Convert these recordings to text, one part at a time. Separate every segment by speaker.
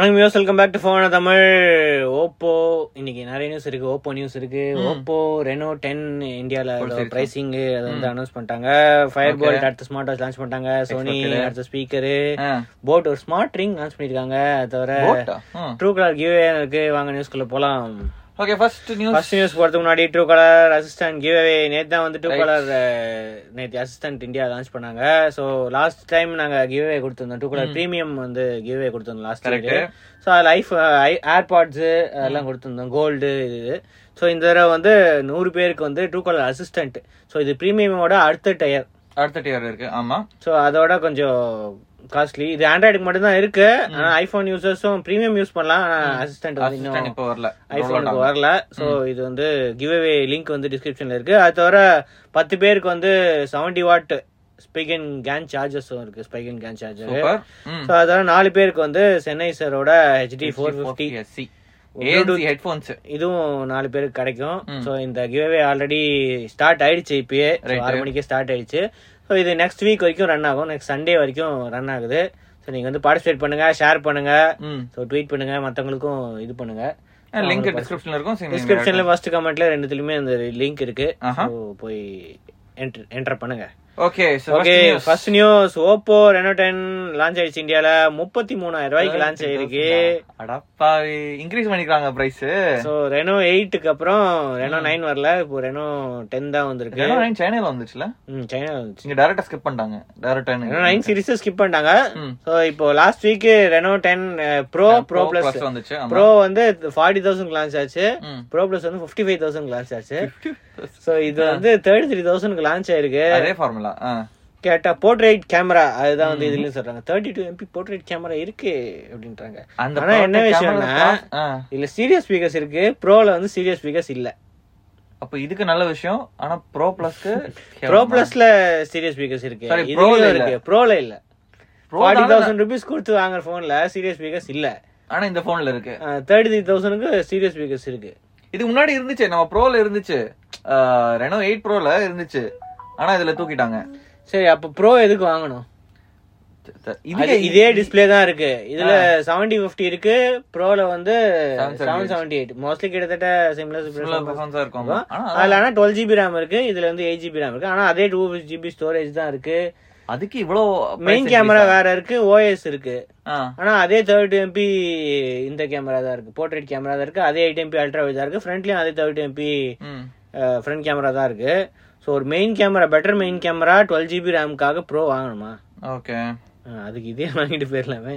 Speaker 1: வணக்கம் யோஸ் welcome back to phone Tamil Oppo இன்னைக்கு நிறைய நியூஸ் இருக்கு ஓப்போ நியூஸ் இருக்கு ஓப்போ ரெனோ டென் இந்தியாவில் பிரைசிங் அதை வந்து அனௌன்ஸ் பண்ணிட்டாங்க ஃபயர் போல்ட் அடுத்த ஸ்மார்ட் வாட்ச் லான்ச் பண்ணிட்டாங்க சோனி அடுத்த ஸ்பீக்கரு போட் ஒரு ஸ்மார்ட் ரிங் லான்ச் பண்ணிருக்காங்க அது தவிர ட்ரூ கலர் கிவ்வே இருக்கு வாங்க நியூஸ்குள்ள போலாம்
Speaker 2: okay first news
Speaker 1: first news போறதுக்கு முன்னாடி ட்ரூ கலர் அசிஸ்டன்ட் கிவ்வே நேத்து தான் வந்து ட்ரூ கலர் நேத்து அசிஸ்டன்ட் இந்தியா லான்ச் பண்ணாங்க ஸோ லாஸ்ட் டைம் நாங்க கிவ்வே கொடுத்துருந்தோம் ட்ரூ கலர் ப்ரீமியம் வந்து கிவ்வே கொடுத்துருந்தோம் லாஸ்ட் டைம் ஸோ அதில் ஐஃப் ஏர்பாட்ஸ் எல்லாம் கொடுத்துருந்தோம் கோல்டு இது ஸோ இந்த தடவை வந்து நூறு பேருக்கு வந்து ட்ரூ கலர் அசிஸ்டன்ட் ஸோ இது ப்ரீமியமோட அடுத்த டயர்
Speaker 2: அடுத்த டியர் இருக்கு ஆமா
Speaker 1: ஸோ அதோட கொஞ்சம் காஸ்ட்லி இது ஆண்ட்ராய்டுக்கு மட்டும் தான் இருக்கு ஆனா ஐபோன் யூசர்ஸும் ப்ரீமியம் யூஸ் பண்ணலாம் ஆனா அசிஸ்டன்ட் வந்து
Speaker 2: அசிஸ்டன்ட்
Speaker 1: இன்னும்
Speaker 2: இப்போ வரல
Speaker 1: ஐபோனுக்கு வரல ஸோ இது வந்து கிவ் அவே லிங்க் வந்து டிஸ்கிரிப்ஷன்ல இருக்கு அது தவிர பத்து பேருக்கு வந்து seventy watt spike and can சார்ஜஸும் இருக்கு spike and can charger
Speaker 2: super
Speaker 1: so அது தவிர நாலு பேருக்கு வந்து சென்னை சரோட HD four fifty
Speaker 2: SC ANC headphones
Speaker 1: இதுவும் நாலு பேருக்கு கிடைக்கும் ஸோ இந்த கிவ்அவே ஆல்ரெடி ஸ்டார்ட் ஆயிடுச்சு இப்பயே So, ஆறு மணிக்கே ஸ்டார்ட் ஆயிடுச்சு ஸோ இது நெக்ஸ்ட் வீக் வரைக்கும் ரன் ஆகும் நெக்ஸ்ட் சண்டே வரைக்கும் ரன் ஆகுது ஸோ நீங்க வந்து பார்ட்டிசிபேட் பண்ணுங்க ஷேர் பண்ணுங்க
Speaker 2: ம்
Speaker 1: ஸோ ட்வீட் பண்ணுங்க மற்றவங்களுக்கும் இது பண்ணுங்க
Speaker 2: லிங்க் டிஸ்கிரிப்ஷன்ல இருக்கும் சரி, நீங்க
Speaker 1: டிஸ்கிரிப்ஷன்ல ஃபர்ஸ்ட் கமெண்ட்ல ரெண்டுத்துலயுமே அந்த லிங்க் இருக்கு
Speaker 2: ஆஹா.
Speaker 1: ஸோ போய் என்டர் என்டர் பண்ணுங்க
Speaker 2: okay so
Speaker 1: okay first news Oppo Reno ten launch ஆயிடுச்சு இந்தியால முப்பத்தி மூணாயிரம் ரூபாய்க்கு லான்ச் ஆயிருக்கு
Speaker 2: அடப்பாவி இன்க்ரீஸ் பண்ணிருக்காங்க பிரைஸ்
Speaker 1: ஸோ ரெனோ எயிட்டுக்கு அப்புறம் ரெனோ நைன் வரல இப்போ ரெனோ டென் தான் வந்திருக்கு
Speaker 2: ரெனோ நைன் சைனால வந்துச்சுல
Speaker 1: ம் சைனா வந்துச்சு
Speaker 2: நீங்க டைரக்டா ஸ்கிப் பண்ணிட்டாங்க
Speaker 1: ரெனோ
Speaker 2: டைரக்டா
Speaker 1: நைன் சீரிஸை ஸ்கிப் பண்ணிட்டாங்க
Speaker 2: ம்.
Speaker 1: ஸோ இப்போ last week Reno ten pro pro plus
Speaker 2: வந்துச்சு
Speaker 1: ப்ரோ வந்து ஃபார்ட்டி தௌசண்ட் லான்ச் ஆச்சு
Speaker 2: ம்.
Speaker 1: ப்ரோ ப்ளஸ் வந்து ஃபிஃப்டி ஃபைவ் தௌசண்ட் லான்ச் ஆச்சு ஸோ இது வந்து தேர்ட்டி த்ரீ தௌசண்ட்க்கு லான்ச் ஆயிருக்கு
Speaker 2: அதே ஃபார்முலா
Speaker 1: கேட்டா போர்ட்ரைட் கேமரா அதுதான் வந்து இதுலயும் சொல்றாங்க thirty two MP portrait camera இருக்கு அப்படின்றாங்க
Speaker 2: அந்த
Speaker 1: ஆனா என்ன
Speaker 2: product
Speaker 1: விஷயம்னா
Speaker 2: camera- ஆ.
Speaker 1: இதுல சீரியஸ் ஸ்பீக்கர்ஸ் இருக்கு ப்ரோல வந்து சீரியஸ் ஸ்பீக்கர்ஸ் இல்ல
Speaker 2: அப்ப இதுக்கு நல்ல விஷயம் ஆனா ப்ரோ பிளஸ்க்கு
Speaker 1: ப்ரோ பிளஸ்ல சீரியஸ் ஸ்பீக்கர்ஸ் இருக்கு
Speaker 2: Sorry, Pro-ல
Speaker 1: இதுலயும்
Speaker 2: இல்ல.
Speaker 1: இருக்கு ப்ரோல இல்ல
Speaker 2: Pro
Speaker 1: ஃபார்ட்டி தௌசண்ட் ருபீஸ் கொடுத்து வாங்குற போன்ல சீரியஸ் ஸ்பீக்கர்ஸ் இல்ல
Speaker 2: ஆனா இந்த போன்ல இருக்கு
Speaker 1: தேர்ட்டி த்ரீ தௌசண்ட்க்கு சீரியஸ் ஸ்பீக்கர்ஸ் இருக்கு
Speaker 2: இதுக்கு முன்னாடி இருந்துச்சு நம்ம ப்ரோல இருந்துச்சு ரெனோ எயிட் ப்ரோல இருந்துச்சு ஆனா இதுல தூக்கிட்டாங்க
Speaker 1: சரி அப்ப ப்ரோ எதுக்கு வாங்கணும்
Speaker 2: த- த-
Speaker 1: அது
Speaker 2: இதுல
Speaker 1: இதே டிஸ்ப்ளே தான் இருக்கு இதுல செவன்டி பிப்டி இருக்கு ப்ரோல வந்து செவன் செவன்டி எயிட் மோஸ்ட்லி கிட்டத்தட்ட
Speaker 2: இவ்வளவு
Speaker 1: சிம்லர்
Speaker 2: performance ஆ இருக்கும் ஆனா
Speaker 1: அதுல ஆனா டுவெல் ஜிபி ரேம் இருக்கு இதுல வந்து எயிட் ஜிபி ரேம் இருக்கு ஆனா அதே டூ ஜிபி ஸ்டோரேஜ் தான் இருக்கு
Speaker 2: அதுக்கு இவ்வளவு
Speaker 1: மெயின்
Speaker 2: price
Speaker 1: கேமரா வேற இருக்கு ஓஎஸ் இருக்கு
Speaker 2: ஆ,
Speaker 1: ஆனா அதே தேர்ட்டி எம்பி இந்த கேமரா தான் இருக்கு போர்ட்ரேட் கேமரா தான் இருக்கு அதே எயிட் எம்பி அல்ட்ரா தான் இருக்கு ஃப்ரண்ட்லயும் அதே தேர்ட்டி எம்பி
Speaker 2: ம்.
Speaker 1: ஃப்ரண்ட் கேமரா தான் இருக்கு ஸோ ஒரு main camera better main camera twelve GB ரேமுக்காக ப்ரோ வாங்கணுமா
Speaker 2: ஓகே
Speaker 1: அஹ் அதுக்கு இதே வாங்கிட்டு போயிடலாமே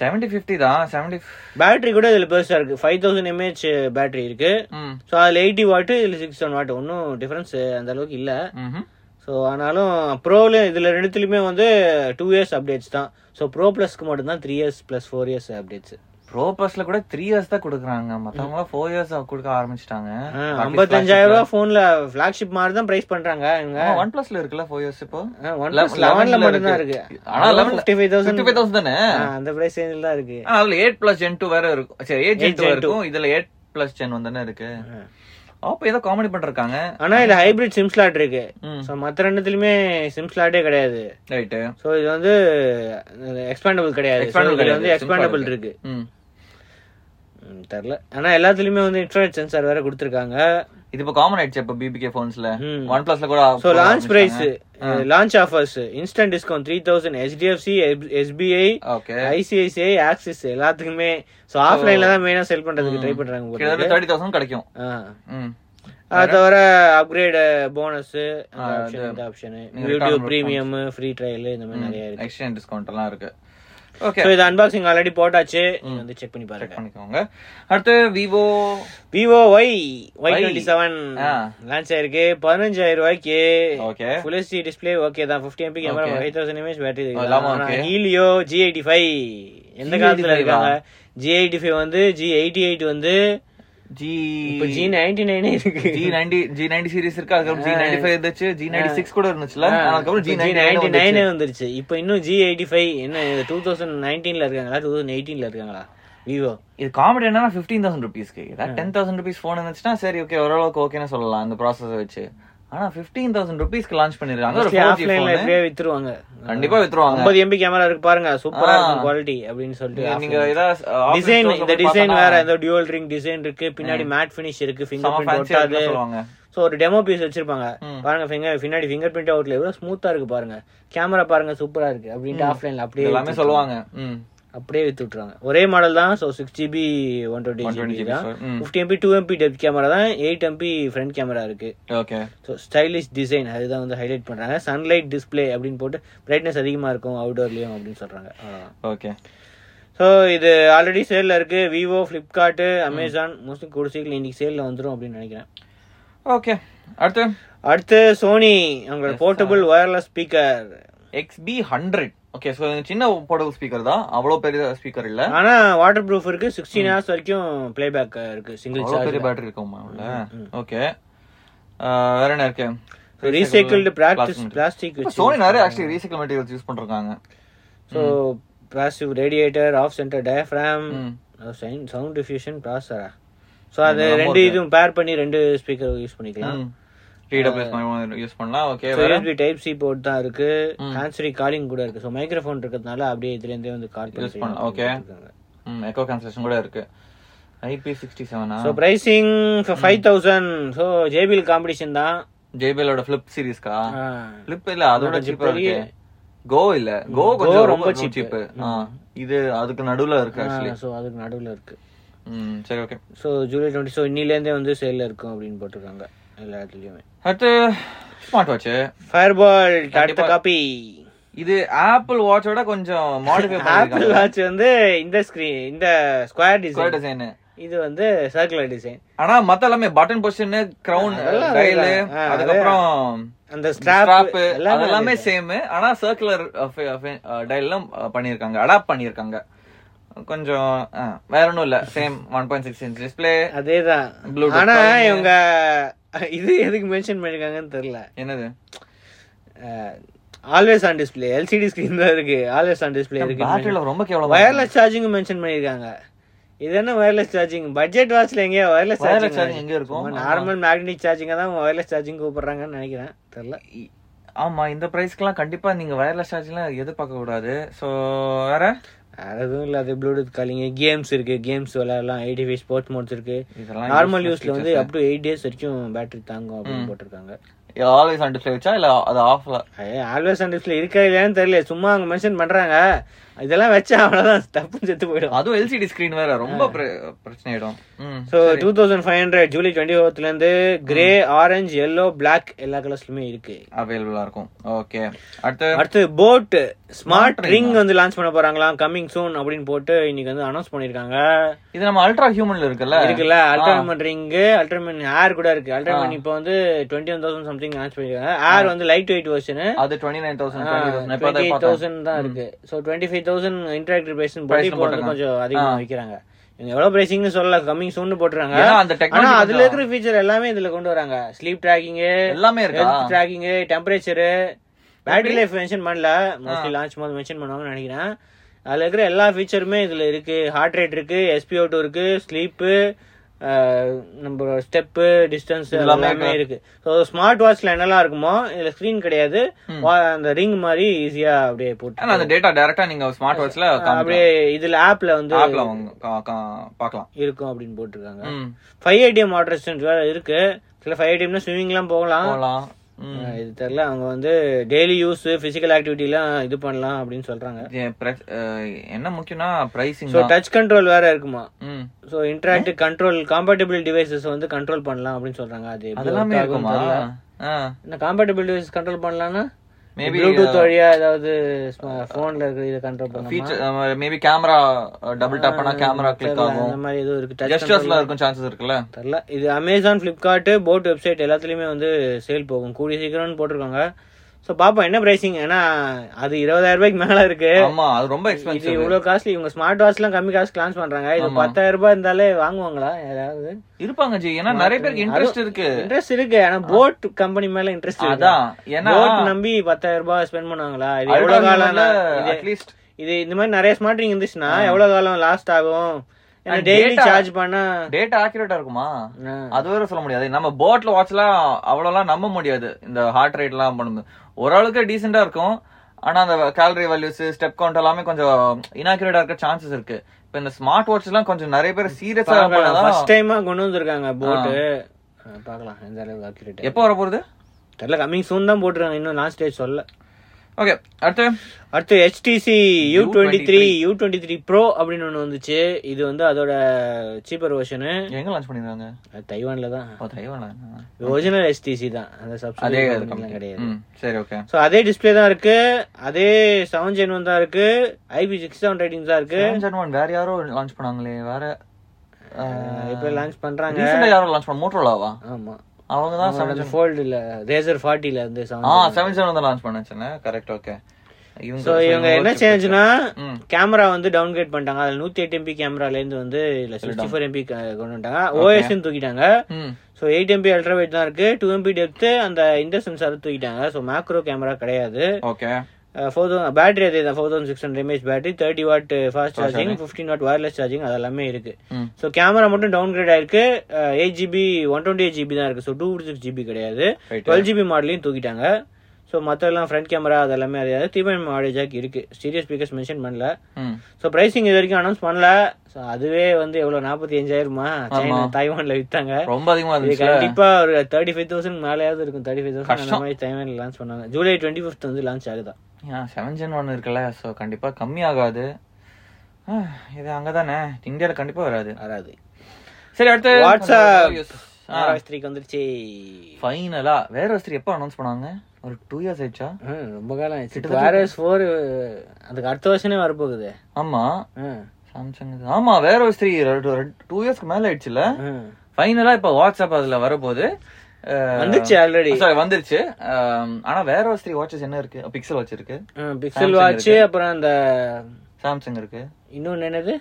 Speaker 2: செவன்டி ஃபிஃப்டி தான் செவன்டி
Speaker 1: பேட்டரி கூட இதுல பெருசா இருக்கு ஃபைவ் தௌசண்ட் எம்ஏஹெச் பேட்டரி இருக்கு
Speaker 2: ம்
Speaker 1: ஸோ அதுல எயிட்டி வாட்டு இதுல சிக்ஸ் ஒன் வாட் ஒன்றும் டிஃபரன்ஸ் அந்த அளவுக்கு இல்ல
Speaker 2: ம்ஹும்.
Speaker 1: ஸோ ஆனாலும் ப்ரோல இதுல ரெண்டுத்துலயுமே வந்து டூ இயர்ஸ் அப்டேட்ஸ் தான் ஸோ ப்ரோ ப்ளஸ்க்கு மட்டும் தான் three years plus four years updates
Speaker 2: pro பஸ்ல கூட த்ரீ இயர்ஸ் தான் கொடுக்குறாங்க மத்தவங்க ஃபோர் இயர்ஸ் கொடுக்க ஆரம்பிச்சிட்டாங்க
Speaker 1: ஐம்பத்தஞ்சாயிரம் ரூபாய் போன்ல ஃபிளாக்ஷிப் மாதிரி தான் பிரைஸ் பண்றாங்க இவங்க
Speaker 2: ஒன் பிளஸ்ல இருக்குல்ல ஃபோர் இயர்ஸ் இப்போ
Speaker 1: ஒன் பிளஸ் லெவன்ல மட்டும் தான் இருக்கு
Speaker 2: ஆனா eleven
Speaker 1: fifty five thousand
Speaker 2: five thousand தானே
Speaker 1: அந்த பிரைஸ் ரேஞ்சில் தான் இருக்கு
Speaker 2: ஆனா அதுல எயிட் பிளஸ் ஜென் டூ வேற இருக்கும் சரி எயிட் ஜென் டூ
Speaker 1: Gen
Speaker 2: இருக்கும் இதுல எயிட் பிளஸ் ஜென் ஒன்னு இருக்கு
Speaker 1: ஆ.
Speaker 2: அப்ப ஏதோ காமெடி பண்றாங்க
Speaker 1: ஆனா இதுல ஹைபிரிட் சிம் ஸ்லாட் இருக்கு
Speaker 2: ம்
Speaker 1: ஸோ மற்ற ரெண்டுத்துலயுமே சிம் ஸ்லாட்டே கிடையாது
Speaker 2: ரைட்டு
Speaker 1: ஸோ இது வந்து எக்ஸ்பேண்டபிள் கிடையாது So,
Speaker 2: Expandable
Speaker 1: இதுல வந்து
Speaker 2: கிடையாது.
Speaker 1: எக்ஸ்பேண்டபிள்
Speaker 2: Simple
Speaker 1: இருக்கு
Speaker 2: ம்
Speaker 1: ம், தெரில ஆனா எல்லாத்துலயுமே வந்து இன்ஃப்ராட் சென்சார் வேற கொடுத்துருக்காங்க
Speaker 2: இது இப்ப காமன் ஆயிடுச்சு இப்ப பிபிகே போன்ஸ்ல
Speaker 1: ம்.
Speaker 2: ஒன் பிளஸ்ல கூட
Speaker 1: so launch price launch offers instant discount three thousand HDFC SBI
Speaker 2: okay
Speaker 1: ICICI Axis எல்லாத்துக்குமே ஸோ ஆஃப்லைன்ல தான் மெயினா செல் பண்றதுக்கு ட்ரை பண்றாங்க போல.
Speaker 2: கிட்டத்தட்ட தேர்ட்டி தௌசண்ட் கிடைக்கும்
Speaker 1: ஆ.
Speaker 2: ம்
Speaker 1: அது தவிர அப்கிரேட் போனஸ் இந்த option YouTube premium free trial இந்த மாதிரி நிறைய இருக்கு
Speaker 2: எக்ஸ்சேஞ்ச் டிஸ்கவுண்ட் எல்லாம் இருக்கு ஓகே
Speaker 1: ஸோ இது அன்பாக்சிங் ஆல்ரெடி போட்டாச்சு நீங்க வந்து செக் பண்ணி பாருங்க
Speaker 2: பண்ணிக்கோங்க அடுத்து Vivo
Speaker 1: Vivo Y Y twenty seven
Speaker 2: ஆ.
Speaker 1: லான்ச் ஆயிருக்கு பதினஞ்சாயிரம் ரூபாய்க்கு
Speaker 2: okay
Speaker 1: full HD display okay தான் fifty MP camera five thousand mAh battery
Speaker 2: எல்லாமே Oh, okay.
Speaker 1: Helio G eighty five எந்த காலத்துல இருக்காங்க ஜி எயிட்டி ஃபைவ் வந்து ஜி எயிட்டி எயிட் வந்து
Speaker 2: ஜி
Speaker 1: இப்போ ஜி நைன்டி நைனே இருக்கு
Speaker 2: G ninety G ninety series இருக்கு அதுக்கப்புறம் ஜி நைன்டி ஃபைவ் இருந்துச்சு ஜி நைன்டி சிக்ஸ் கூட இருந்துச்சுல அதுக்கப்புறம்
Speaker 1: ஜி
Speaker 2: ஜி நைன்டி
Speaker 1: நைன்டி நைனே வந்துருச்சு இப்போ இன்னும் ஜி எயிட்டி ஃபைவ் என்ன டூ தௌசண்ட் நைன்டீன்ல இருக்காங்களா டூ தௌசண்ட் எயிட்டீன்ல இருக்காங்களா விவோ
Speaker 2: இது காமெடி என்னன்னா ஃபிஃப்டீன் தௌசண்ட் ருபீஸ்க்கு ஏதாவது டென் தௌசண்ட் ருபீஸ் ஃபோன் இருந்துச்சுன்னா சரி ஓகே ஓரளவுக்கு ஓகேன்னு சொல்லலாம் அந்த ப்ராசஸ் வச்சு ஆனா ஃபிஃப்டீன் தௌசண்ட் ருபீஸ்க்கு லான்ச் பண்ணிருக்காங்க ஒரு
Speaker 1: Mostly
Speaker 2: 4G
Speaker 1: offline-ல
Speaker 2: phone.
Speaker 1: எப்படியே வித்துருவாங்க
Speaker 2: கண்டிப்பா வித்துருவாங்க
Speaker 1: ஐம்பது எம்பி கேமரா இருக்கு பாருங்க சூப்பரா
Speaker 2: ஆ.
Speaker 1: இருக்கும் குவாலிட்டி அப்படின்னு சொல்லிட்டு
Speaker 2: நீங்க ஏதாவது
Speaker 1: டிசைன் இந்த டிசைன் வேற இந்த டியூவல் ரிங் டிசைன் இருக்கு பின்னாடி மேட் ஃபினிஷ் இருக்கு ஃபிங்கர் பிரிண்ட் ஒட்டாது
Speaker 2: சொல்லுவாங்க
Speaker 1: சோ ஒரு டெமோ பீஸ் வச்சிருப்பாங்க
Speaker 2: ம்.
Speaker 1: பாருங்க ஃபிங்கர் பின்னாடி ஃபிங்கர் பிரிண்ட் அவுட்ல எவ்வளவு ஸ்மூத்தா இருக்கு பாருங்க கேமரா பாருங்க சூப்பரா இருக்கு அப்படின்ட்டு ஆஃப்லைன்ல அப்படியே
Speaker 2: எல்லாமே
Speaker 1: வித்து-
Speaker 2: சொல்லுவாங்க ம்
Speaker 1: அப்படியே வித்து விட்டுறாங்க ஒரே மாடல் தான் so six GB one twenty
Speaker 2: 120
Speaker 1: GB தான்
Speaker 2: sorry. ம்
Speaker 1: fifty MP two MP depth camera தான் எயிட் எம்பி ஃப்ரண்ட் கேமரா இருக்கு
Speaker 2: ஓகே
Speaker 1: ஸோ ஸ்டைலிஷ் டிசைன் அதுதான் வந்து ஹைலைட் பண்றாங்க சன்லைட் டிஸ்ப்ளே அப்படின்னு போட்டு பிரைட்னஸ் அதிகமா இருக்கும் அவுடோர்லயும் அப்படின்னு சொல்றாங்க அவ்வளவுதான்
Speaker 2: ஓகே
Speaker 1: ஸோ இது ஆல்ரெடி சேல்ல இருக்கு விவோ ஃப்ளிப்கார்ட் அமேசான் மோஸ்ட்லி கூட சீக்கிரம் இன்னைக்கு சேல்ல வந்துரும் அப்படின்னு நினைக்கிறேன்
Speaker 2: ஓகே அடுத்து
Speaker 1: அடுத்து சோனி அவங்களோட portable wireless speaker
Speaker 2: XB hundred okay so சின்ன போர்ட்டபிள் ஸ்பீக்கர் தான் அவ்வளோ பெரிய ஸ்பீக்கர் இல்ல
Speaker 1: ஆனா வாட்டர் ப்ரூஃப் இருக்கு சிக்ஸ்டீன் ஹவர்ஸ் வரைக்கும் பிளேபேக் இருக்கு சிங்கிள்
Speaker 2: அவ்வளோ பெரிய
Speaker 1: சார்ஜ்
Speaker 2: பேட்டரி இருக்குமா உள்ள ஓகே வேற என்ன இருக்கு
Speaker 1: ரீசைக்கிள்டு பிராக்டிஸ் பிளாஸ்டிக்
Speaker 2: சோனி நிறைய ஆக்சுவலி ரீசைக்கிள் மெட்டீரியல்ஸ் யூஸ் பண்ணிருக்காங்க
Speaker 1: so passive radiator of centre diaphragm
Speaker 2: ம்.
Speaker 1: சவுண்ட் டிஃப்யூஷன் ப்ராசரா ஸோ அது ரெண்டு இதுவும் பேர் பண்ணி ரெண்டு ஸ்பீக்கர் யூஸ் பண்ணிக்கலாம்
Speaker 2: டிடபிள்யூஎஸ் யூஸ் பண்ணலாம் ஓகே வேற
Speaker 1: யூஎஸ்பி டைப் சி போர்ட் தான் இருக்கு ஹேண்ட்ஸ்ரீ காலிங் கூட இருக்கு ஸோ மைக்ரோஃபோன் இருக்கிறதுனால அப்படியே இதுல இருந்தே வந்து கால்
Speaker 2: யூஸ் பண்ணலாம் ஓகே எக்கோ கேன்சலேஷன் கூட இருக்கு ஐபி சிக்ஸ்டி செவனா
Speaker 1: so pricing five thousand so JBL competition தான்
Speaker 2: ஜேபிஎலோட ஃபிளிப் சீரிஸ்க்கா
Speaker 1: ஆ.
Speaker 2: ஃபிளிப் இல்ல அதோட
Speaker 1: கொஞ்சம்
Speaker 2: சீப்பா
Speaker 1: பெரிய-
Speaker 2: இருக்கு கோ இல்ல கோ கொஞ்சம் ரொம்ப
Speaker 1: ரொம்ப cheap.
Speaker 2: சீப் இது அதுக்கு நடுவுல இருக்கு ஆக்சுவலி
Speaker 1: ஸோ அதுக்கு நடுவில் இருக்கு
Speaker 2: சரி okay
Speaker 1: so July twenty so இன்னிலேருந்தே வந்து சேல்ல இருக்கும் அப்படின்னு போட்டிருக்காங்க எல்லா இடத்துலையுமே
Speaker 2: அடுத்து ஸ்மார்ட் வாட்ச்
Speaker 1: ஃபயர்பால் டாட்டா காப்பி
Speaker 2: இது ஆப்பிள் வாட்சோட கொஞ்சம் மாடிஃபை
Speaker 1: ஆப்பிள் வாட்ச் வந்து இந்த ஸ்கிரீன் இந்த ஸ்கொயர் டிசைன்
Speaker 2: டிசைன்
Speaker 1: இது வந்து சர்க்குலர் டிசைன்
Speaker 2: ஆனா மத்த எல்லாமே பட்டன் பொசிஷன் கிரவுன்
Speaker 1: அதெல்லாம்
Speaker 2: டைல்
Speaker 1: அதெல்லாம். ஆ,
Speaker 2: அதுக்கப்புறம்
Speaker 1: அந்த
Speaker 2: strap,
Speaker 1: ஸ்ட்ராப்
Speaker 2: அது எல்லாமே சேம் ஆனா uh, சர்க்குலர் டைல்லாம் uh, பண்ணிருக்காங்க அடாப்ட் பண்ணிருக்காங்க கொஞ்சம் ஆ, வேற ஒண்ணும் இல்ல same one point six inch display
Speaker 1: அதேதான்
Speaker 2: Bluetooth
Speaker 1: ஆனா
Speaker 2: பாருங்க.
Speaker 1: இவங்க இது எதுக்கு மென்ஷன் பண்ணிருக்காங்கன்னு தெரியல
Speaker 2: என்னது
Speaker 1: always on display LCD screen தான் இருக்கு ஆல்வேஸ் ஆன் டிஸ்ப்ளே இருக்கு
Speaker 2: பேட்டரியில ரொம்ப கேவலமா
Speaker 1: வயர்லெஸ் சார்ஜிங் மென்ஷன் பண்ணிருக்காங்க இது என்ன வயர்லெஸ் சார்ஜிங் பட்ஜெட் வாட்ச்ல எங்க வயர்லெஸ்
Speaker 2: வயர்லெஸ்
Speaker 1: சார்ஜிங்
Speaker 2: சார்ஜிங் எங்க இருக்கும்
Speaker 1: நார்மல் மேக்னெட்டிக் சார்ஜிங்க தான் வயர்லெஸ் சார்ஜிங் கூப்பிடுறாங்கன்னு நினைக்கிறேன் தெரியல
Speaker 2: இ- ஆமா இந்த பிரைஸ்க்குலாம் கண்டிப்பா நீங்க வயர்லெஸ் சார்ஜ்லாம் எதிர்பார்க்க கூடாது சோ வேற
Speaker 1: வேற எதுவும் இல்ல அது ப்ளூடூத் காலிங் கேம்ஸ் இருக்கு கேம்ஸ் விளையாடலாம் எயிட்டி ஃபைவ் ஸ்போர்ட்ஸ் மோட்ஸ் இருக்கு
Speaker 2: இதெல்லாம்
Speaker 1: நார்மல் யூஸ்ல வந்து அப் டு எயிட் டேஸ் வரைக்கும் பேட்டரி தாங்கும் அப்படின்னு போட்டிருக்காங்க
Speaker 2: ஆல்வேஸ் ஆன் டிஸ்பிளே வச்சா இல்ல அது ஆஃப்ல
Speaker 1: ஆல்வேஸ் அண்ட் டிஸ்பிளே இருக்கா இல்லையான்னு தெரியல சும்மா அவங்க மென்ஷன் பண்றாங்க இதெல்லாம் வச்சா அவ்வளவுதான் தப்புன்னு செத்து போயிடும்
Speaker 2: அதுவும் எல்சிடி ஸ்கிரீன் வேற ரொம்ப பிர- பிரச்சனை ஆயிடும் ம்.
Speaker 1: So two thousand five hundred July twenty ஃபோர்த்லேருந்து கிரே ஆரஞ்சு எல்லோ black எல்லா கலர்ஸ்லையுமே இருக்கு
Speaker 2: அவைலபிளா இருக்கும் ஓகே அடுத்து
Speaker 1: அடுத்து போட் ஸ்மார்ட் ரிங் வந்து லான்ச் பண்ண போறாங்களாம் கம்மிங் சூன் அப்படின்னு போட்டு இன்னைக்கு வந்து அனௌன்ஸ் பண்ணிருக்காங்க
Speaker 2: இது நம்ம அல்ட்ரா ஹியூமன்ல இருக்குல்ல
Speaker 1: இருக்குல்ல அல்ட்ராமன் ரிங் அல்ட்ராமன் ஏர் கூட இருக்கு அல்ட்ராமன் இப்போ வந்து twenty one thousand something launch பண்ணிருக்காங்க ஏர் வந்து லைட் வெயிட் வெர்ஷன்
Speaker 2: அது டுவெண்ட்டி நைன் தௌசண்ட் இப்போ
Speaker 1: டுவெண்ட்டி எயிட் தௌசண்ட் தான் இருக்கு so twenty five thousand interactive price
Speaker 2: Price
Speaker 1: போட்டு இப்போ வந்து
Speaker 2: போட்டிருக்காங்க.
Speaker 1: கொஞ்சம் அதிகமா விற்கிறாங்க இவங்க எவ்வளவு பிரைசிங்னு சொல்லல கம்மிங் சூன் போட்டுருக்காங்க
Speaker 2: ஏன்னா அந்த
Speaker 1: ஆனா
Speaker 2: டெக்னாலஜி
Speaker 1: அதுல இருக்கிற ஃபீச்சர் எல்லாமே இதுல கொண்டு வராங்க ஸ்லீப் ட்ராக்கிங்
Speaker 2: எல்லாமே இருக்கா
Speaker 1: health tracking temperature battery life mention பண்ணல மோஸ்ட்லி லான்ச் போது மென்ஷன் பண்ணுவாங்கன்னு நினைக்கிறேன் அதுல இருக்கிற எல்லா ஃபீச்சருமே இதுல இருக்கு ஹார்ட் ரேட் இருக்கு எஸ்பிஓ டூ இருக்கு ஸ்லீப்பு நம்ம ஸ்டெப்பு டிஸ்டன்ஸ் எல்லாமே இருக்கு ஸோ ஸ்மார்ட் வாட்ச்ல என்னெல்லாம் இருக்குமோ இதுல ஸ்க்ரீன் கிடையாது வா- அந்த ரிங் மாதிரி ஈஸியா அப்படியே போட்டு
Speaker 2: ஆனா அந்த டேட்டா டைரக்டா நீங்க ஸ்மார்ட் வாட்ச்ல
Speaker 1: அப்படியே இதுல ஆப்ல வந்து
Speaker 2: ஆப்ல அவங்க கா- கா- பார்க்கலாம்
Speaker 1: இருக்கும் அப்படின்னு போட்டிருக்காங்க
Speaker 2: ம்.
Speaker 1: ஃபைவ் ஏடிஎம் வாட்டர் வேற இருக்கு சில ஃபைவ் ஏடிஎம்னா ஸ்விம்மிங்லாம் போகலாம்
Speaker 2: போகலாம் ம்.
Speaker 1: ஆஹ் இது தெரியல அவங்க வந்து டெய்லி யூஸ் பிசிக்கல் ஆக்டிவிட்டிலாம் இது பண்ணலாம் அப்படின்னு சொல்றாங்க
Speaker 2: இது பிர- அஹ், என்ன முக்கியம்னா பிரைசிங்
Speaker 1: ஸோ டச் கண்ட்ரோல் வேற இருக்குமா
Speaker 2: ம்
Speaker 1: so interactive control compatible devices வந்து கண்ட்ரோல் பண்ணலாம் அப்படின்னு சொல்றாங்க அது எப்படி work
Speaker 2: அதெல்லாமே
Speaker 1: ஆகும்னு
Speaker 2: இருக்குமா
Speaker 1: தெரியல.
Speaker 2: ஆ
Speaker 1: என்ன காம்பேட்டபிள் டிவைஸ் கண்ட்ரோல் பண்ணலாம்னா
Speaker 2: மேபி
Speaker 1: ப்ளூடூத் வழியா ஏதாவது
Speaker 2: uh,
Speaker 1: ஃபோன்ல இருக்கிற இதை கண்ட்ரோல் பண்ணலாம்
Speaker 2: feature maybe camera double tap பண்ணா கேமரா கிளிக் ஆகும்
Speaker 1: அந்த மாதிரி எதுவும் இருக்கு டச்
Speaker 2: ஜெஸ்டர்ஸ்ல இருக்கும் சான்சஸ் இருக்குல்ல
Speaker 1: தெரில இது அமேசான் ஃப்ளிப்கார்ட் போட் வெப்சைட் எல்லாத்துலயுமே வந்து சேல் போகும் கூடிய சீக்கிரம்னு போட்டிருக்காங்க ஸோ பாப்போம் என்ன பிரைசிங் ஏன்னா அது இருபதாயிரம் ரூபாய்க்கு மேல இருக்கு
Speaker 2: ஆமா அது ரொம்ப
Speaker 1: இது
Speaker 2: எக்ஸ்பென்சிவ்
Speaker 1: இவ்வளவு காஸ்ட்லி இவங்க ஸ்மார்ட் வாட்ச்லாம் கம்மி காசுக்கு லான்ச் பண்றாங்க இது பத்தாயிரம் ரூபாய் இருந்தாலே வாங்குவாங்களா யாராவது
Speaker 2: இருப்பாங்க ஜி ஏன்னா நிறைய பேருக்கு இன்ட்ரெஸ்ட் இருக்கு
Speaker 1: இன்ட்ரெஸ்ட் இருக்கு ஆனா போட் கம்பெனி மேல இன்ட்ரெஸ்ட் இருக்கு
Speaker 2: அதான் ஏன்னா
Speaker 1: போட் நம்பி பத்தாயிரம் ரூபாய் ஸ்பெண்ட் பண்ணுவாங்களா இது எவ்வளவு காலம்
Speaker 2: அல்ட்ராஹியூமன்ல அட்லீஸ்ட்
Speaker 1: இது இந்த மாதிரி நிறைய ஸ்மார்ட் இருந்துச்சுன்னா எவ்வளவு காலம் லாஸ்ட் ஆகும் ஏன்னா டெய்லி சார்ஜ் பண்ணா
Speaker 2: டேட்டா ஆக்யூரேட்டா இருக்குமா
Speaker 1: ஆ.
Speaker 2: அது வேற சொல்ல முடியாது நம்ம போட்ல வாட்ச்லாம் அவ்வளோலாம் நம்ப முடியாது இந்த ஹார்ட் ரேட்லாம் பண்ணும்போது ஓரளவுக்கு டீசெண்டா இருக்கும் ஆனா அந்த கேலரி வேல்யூஸ் ஸ்டெப் கவுண்ட் எல்லாமே கொஞ்சம் இன்ஆக்யூரேட்டா இருக்க சான்சஸ் இருக்கு இப்போ இந்த ஸ்மார்ட் வாட்ச்லாம் கொஞ்சம் நிறைய பேர் சீரியஸா பண்ணதான்
Speaker 1: ஃபர்ஸ்ட் டைமா கொண்டு வந்திருக்காங்க போட்டு பார்க்கலாம் எந்த அளவுக்கு accurate ஆ.
Speaker 2: எப்போ வர போகுது
Speaker 1: தெரியல கம்மிங் சூன் தான் போட்டுருக்காங்க இன்னும் லாஸ்ட் டேட் சொல்ல
Speaker 2: ஓகே அடுத்து
Speaker 1: அடுத்து HTC U twenty three U twenty three pro அப்படின்னு ஒன்று வந்துச்சு இது வந்து அதோட சீப்பர் வெர்ஷனு
Speaker 2: எங்க லான்ச் பண்ணிருக்காங்க
Speaker 1: தைவான்ல தான்
Speaker 2: ஓ தைவானா
Speaker 1: ஒரிஜினல் HTC தான் அந்த
Speaker 2: அதே
Speaker 1: சப்ஸ்கிரைப்
Speaker 2: company.
Speaker 1: கிடையாது
Speaker 2: ம் சரி ஓகே
Speaker 1: ஸோ அதே டிஸ்பிளே தான் இருக்கு அதே செவன் ஜென் ஒன் தான் இருக்கு ஐபி சிக்ஸ் செவன் ரேட்டிங் தான் இருக்கு
Speaker 2: ஒன் வேற யாரோ லான்ச் பண்ணாங்களே வேற
Speaker 1: இப்போ லான்ச் பண்றாங்க
Speaker 2: ரீசெண்டா யாரோ லான்ச் பண்ண மோட்டோலாவா
Speaker 1: ஆமா
Speaker 2: அவங்க தான்
Speaker 1: அந்த ஃபோல்டுல ரேசர் ஃபார்ட்டில இருந்து
Speaker 2: ஆ
Speaker 1: செவன்
Speaker 2: செவன் செவன் தான் லான்ச் பண்ணாச்சுன்னு கரெக்ட் ஓகே இவங்க
Speaker 1: ஸோ இவங்க என்ன சேஞ்சுனா
Speaker 2: ம்.
Speaker 1: கேமரா வந்து டவுன்கிரேட் பண்ணிட்டாங்க அதுல நூத்தி எட்டு எம்பி கேமராலேருந்து வந்து இல்ல சிக்ஸ்டி ஃபோர் எம்பி கொண்டு வந்துட்டாங்க ஓஎஸ்ன்னு தூக்கிட்டாங்க
Speaker 2: ம்
Speaker 1: ஸோ எயிட் எம்பி அல்ட்ராவைட் தான் இருக்கு டூ எம்பி டெப்த்து அந்த இந்த சென்சார் தூக்கிட்டாங்க ஸோ மேக்ரோ கேமரா கிடையாது
Speaker 2: ஓகே
Speaker 1: ஃபோர் தௌசண்ட் பேட்டரி அதே தான் four thousand six hundred mAh battery thirty watt fast charging fifteen watt wireless charging அதெல்லாமே இருக்கு
Speaker 2: ம்
Speaker 1: ஸோ கேமரா மட்டும் டவுன் கிரேட் ஆயிருக்கு eight GB one twenty eight GB தான் இருக்கு ஸோ டூ சிக்ஸ் ஜிபி கிடையாது
Speaker 2: Right.
Speaker 1: டுவெல் ஜிபி மாடலையும் தூக்கிட்டாங்க ஸோ மற்றெல்லாம் ஃப்ரண்ட் கேமரா அதெல்லாமே அறியாது த்ரீ பாயிண்ட் மாடேஜாக் இருக்கு சீரியஸ் ஸ்பீக்கர்ஸ் மென்ஷன் பண்ணல
Speaker 2: ம்
Speaker 1: ஸோ ப்ரைசிங் இது வரைக்கும் அனௌன்ஸ் பண்ணல ஸோ அதுவே வந்து எவ்வளோ நாற்பத்தி அஞ்சாயிரமா சைனா தைவான்ல வித்தாங்க
Speaker 2: ரொம்ப அதிகமா
Speaker 1: இது
Speaker 2: இருந்துச்சு
Speaker 1: கண்டிப்பா ஒரு தேர்ட்டி ஃபைவ் தௌசண்ட் மேலேயாவது இருக்கும் தேர்ட்டி ஃபைவ் தௌசண்ட் அந்த மாதிரி டைமில் லான்ச் பண்ணாங்க ஜூலை டுவெண்ட்டி ஃபிஃப்த் வந்து லான்ச் ஆகுதா
Speaker 2: செவன் ஜென் ஒன் இருக்குல்ல ஸோ கண்டிப்பா கம்மி ஆகாது ஆ, இது அங்கதானே இந்தியால கண்டிப்பா வராது
Speaker 1: வராது
Speaker 2: சரி அடுத்து
Speaker 1: WhatsApp.
Speaker 2: ஆ
Speaker 1: ஆர்எஸ் த்ரீக்கு வந்துருச்சு
Speaker 2: ஃபைனலா வேற ஒருத்தர் எப்போ அனௌன்ஸ் பண்ணாங்க ஒரு டூ இயர்ஸ் ஆயிடுச்சா
Speaker 1: ஆ, ரொம்ப காலம் ஆயிடுச்சு ஆர்எஸ் ஃபோர் அதுக்கு அடுத்த வருஷமே வரப்போகுது
Speaker 2: ஆமா
Speaker 1: ஆ,
Speaker 2: சாம்சங் இது. ஆமா வேற ஒரு ஸ்திரீ டூ இயர்ஸ்க்கு மேல ஆயிடுச்சுல
Speaker 1: ஆ.
Speaker 2: ஃபைனலா இப்ப வாட்ஸ்அப் அதுல வரப்போகுது அஹ்,
Speaker 1: வந்துச்சு ஆல்ரெடி
Speaker 2: சாரி வந்துருச்சு அஹ், ஆனா வேற ஒரு ஸ்திரீ வாட்சஸ் என்ன இருக்கு பிக்சல் வாட்ச் இருக்கு
Speaker 1: பிக்சல் வாட்ச் அப்புறம் அந்த
Speaker 2: சாம்சங் இருக்கு
Speaker 1: இன்னொன்னு என்னது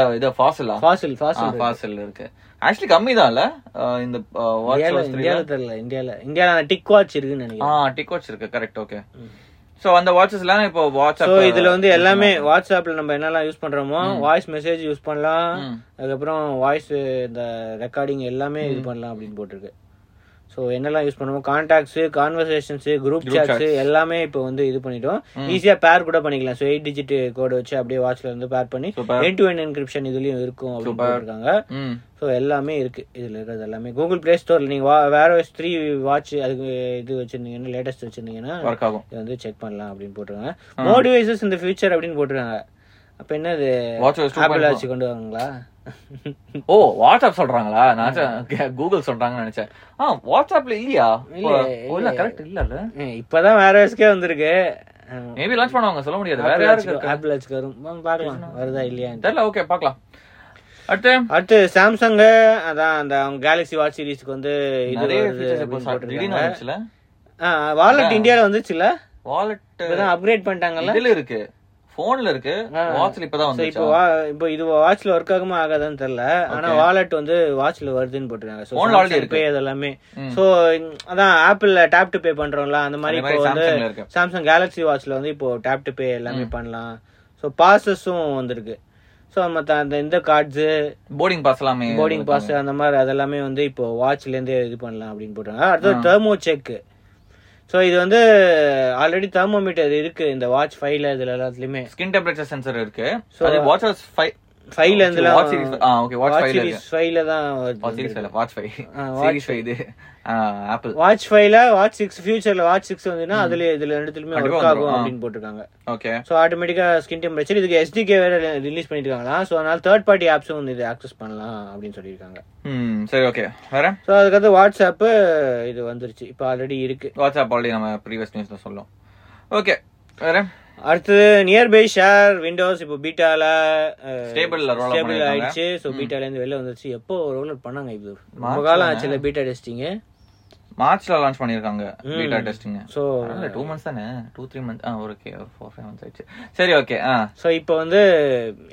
Speaker 2: அஹ், இது ஃபாசிலா
Speaker 1: ஃபாசில் ஃபாசில்
Speaker 2: ஃபாசில் இருக்கு ஆக்சுவலி கம்மி தான்ல இந்த
Speaker 1: இந்தியால
Speaker 2: வாட்ச்
Speaker 1: இந்தியால தெரியல இந்தியால இந்தியால அந்த டிக் வாட்ச் இருக்குன்னு நினைக்கிறேன்
Speaker 2: ஆ டிக் வாட்ச் இருக்கு கரெக்ட் ஓகே சோ அந்த வாட்சஸ் எல்லாம் இப்போ
Speaker 1: ஸோ
Speaker 2: வாட்ஸ்அப்
Speaker 1: இதுல வந்து எல்லாமே வாட்ஸ்அப்ல நம்ம என்னெல்லாம் யூஸ் பண்றோமோ வாய்ஸ் மெசேஜ் யூஸ் பண்ணலாம் அதுக்கப்புறம் வாய்ஸ் இந்த ரெக்கார்டிங் எல்லாமே இது பண்ணலாம் அப்படின்னு போட்டிருக்கு ஸோ என்னெல்லாம் யூஸ் பண்ணுவோம் கான்டாக்ட்ஸ் கான்வர்சேஷன்ஸ் குரூப் சாட்ஸ் எல்லாமே இப்போ வந்து இது பண்ணிட்டோம் ஈஸியா பேர் கூட பண்ணிக்கலாம் ஸோ எயிட் டிஜிட் கோடு வச்சு அப்படியே வாட்ச்ல இருந்து பேர் பண்ணி
Speaker 2: Super.
Speaker 1: End to end encryption இதுலயும் இருக்கும் அப்படின்னு போட்டிருக்காங்க
Speaker 2: ம்
Speaker 1: ஸோ எல்லாமே இருக்கு இதுல இருக்கிறது எல்லாமே கூகுள் பிளே ஸ்டோர்ல நீங்க வா- வேற ஓஎஸ் த்ரீ வாட்ச் அதுக்கு இது வச்சிருந்தீங்கன்னா லேட்டஸ்ட் வச்சிருந்தீங்கன்னா
Speaker 2: ஒர்க் ஆகும்
Speaker 1: இது வந்து செக் பண்ணலாம் அப்படின்னு போட்டிருக்காங்க மோர் டிவைசஸ் இந்த ஃபியூச்சர் அப்படின்னு போட்டிருக்காங்க அப்ப என்னது
Speaker 2: வாட்ச்
Speaker 1: ஆப்பிள் வாட்ச் கொண்டு வாங்களா
Speaker 2: ஓ வாட்ஸ்அப் சொல்றாங்களா நான் நினைச்சேன் கூகுள் சொல்றாங்கன்னு நினைச்சேன் ஆ வாட்ஸ்அப்ல இல்லையா ஓ, ஓ, இல்ல கரெக்ட் இல்ல
Speaker 1: ஏய், இப்பதான் வேற வயசுக்கே வந்திருக்கு
Speaker 2: மேபி லான்ச் பண்ணுவாங்க சொல்ல முடியாது வேற யாருக்கு
Speaker 1: ஆப்பிள் வாட்ச் வரும் வாங்க பார்க்கலாம் வருதா இல்லையான்னு
Speaker 2: தெரியல ஓகே பார்க்கலாம் அடுத்து
Speaker 1: அடுத்து சாம்சங் அதான் அந்த கேலக்ஸி வாட்ச் சீரிஸ்க்கு வந்து இது
Speaker 2: நிறைய
Speaker 1: வருது
Speaker 2: features இப்போ
Speaker 1: அப்படின்னு
Speaker 2: சா- திடீர்னு வந்துச்சுல
Speaker 1: வாலெட் இந்தியால வந்துச்சுல
Speaker 2: வாலெட்
Speaker 1: இப்பதான் அப்கிரேட் பண்ணிட்டாங்கல்ல
Speaker 2: இதுல இருக்கு போன்ல இருக்கு வாட்ச்ல இப்பதான்
Speaker 1: So, இப்போ
Speaker 2: வந்துச்சு
Speaker 1: வா- இப்போ இது வாட்ச்ல ஒர்க் ஆகுமா ஆகாதான்னு தெரியல ஆனா வாலெட் வந்து வாட்ச்ல வருதுன்னு போட்டிருக்காங்க So,
Speaker 2: Phone ல already
Speaker 1: Samsung Pay அதெல்லாமே சோ அதான் ஆப்பிள்ல டேப் டு பே பண்றோம்ல அந்த மாதிரி
Speaker 2: அந்த
Speaker 1: இப்போ
Speaker 2: மாதிரி
Speaker 1: வந்து
Speaker 2: சாம்சங்ல இருக்கு
Speaker 1: சாம்சங் கேலக்ஸி வாட்ச்ல வந்து இப்போ டேப் டு பே எல்லாமே பண்ணலாம் சோ பாசஸும் வந்திருக்கு சோ மத்த அந்த இந்த கார்ட்ஸ்
Speaker 2: போர்டிங் பாஸ் எல்லாமே
Speaker 1: போர்டிங் பாஸ் அந்த மாதிரி அதெல்லாமே வந்து இப்போ வாட்ச்ல இருந்தே இது பண்ணலாம் அப்படின்னு போட்டாங்க அடுத்து தெர்மோ செக் சோ இது வந்து ஆல்ரெடி தெர்மோமீட்டர் இருக்கு இந்த வாட்ச் ஃபைவ்ல இதுல எல்லாத்துலயுமே
Speaker 2: ஸ்கின் டெம்பரேச்சர் சென்சர் இருக்கு அது வாட்ச் வாஸ் 5
Speaker 1: ஃபைவ்ல இருந்துலாம்
Speaker 2: வாட்ச் சீரிஸ் ஆ ஓகே வாட்ச் 5 இருக்கு
Speaker 1: சீரிஸ் ஃபைவ்ல தான் வருது
Speaker 2: வாட்ச் சீரிஸ் இல்ல வாட்ச் 5 சீரிஸ் 5 இது ஆப்பிள்
Speaker 1: வாட்ச் ஃபைவ்ல வாட்ச் சிக்ஸ் ஃபியூச்சர்ல வாட்ச் சிக்ஸ் வந்துன்னா அதுல இதுல ரெண்டுத்துலயுமே ஒர்க் ஆகும் அப்படின்னு போட்டிருக்காங்க
Speaker 2: ஓகே
Speaker 1: ஸோ ஆட்டோமேட்டிக்கா ஸ்கின் டெம்பரேச்சர் இதுக்கு எஸ்டிகே வேற ரிலீஸ் பண்ணிருக்காங்களா ஸோ அதனால தேர்ட் பார்ட்டி ஆப்ஸும் வந்து இது ஆக்சஸ் பண்ணலாம் அப்படின்னு சொல்லியிருக்காங்க
Speaker 2: ம் Hmm, சரி ஓகே வேற
Speaker 1: ஸோ அதுக்கடுத்து வாட்ஸ்அப்பு இது வந்துருச்சு இப்போ ஆல்ரெடி இருக்கு
Speaker 2: வாட்ஸ்அப் ஆல்ரெடி நம்ம ப்ரீவியஸ் நியூஸ்ல சொல்லோம் ஓகே வேற
Speaker 1: அடுத்தது நியர்பை ஷேர் விண்டோஸ் இப்போ பீட்டால
Speaker 2: Stable ல roll out
Speaker 1: ஸ்டேபிள்
Speaker 2: பண்ணிருக்காங்க.
Speaker 1: ஆயிடுச்சு ஸோ பீட்டால இருந்து வெளில வந்துருச்சு எப்போ ரோல் அவுட் பண்ணாங்க இது ரொம்ப காலம் ஆச்சுல பீட்டா டெஸ்டிங்
Speaker 2: மார்ச்ல லான்ச் பண்ணிருக்காங்க பீட்டா டெஸ்டிங்
Speaker 1: ஸோ
Speaker 2: இல்ல 2 मंथ्स தானே 2 3 मंथ ஆ ஓகே 4 5 मंथ्स ஆயிடுச்சு சரி ah. ஓகே ஆ
Speaker 1: ஸோ இப்போ வந்து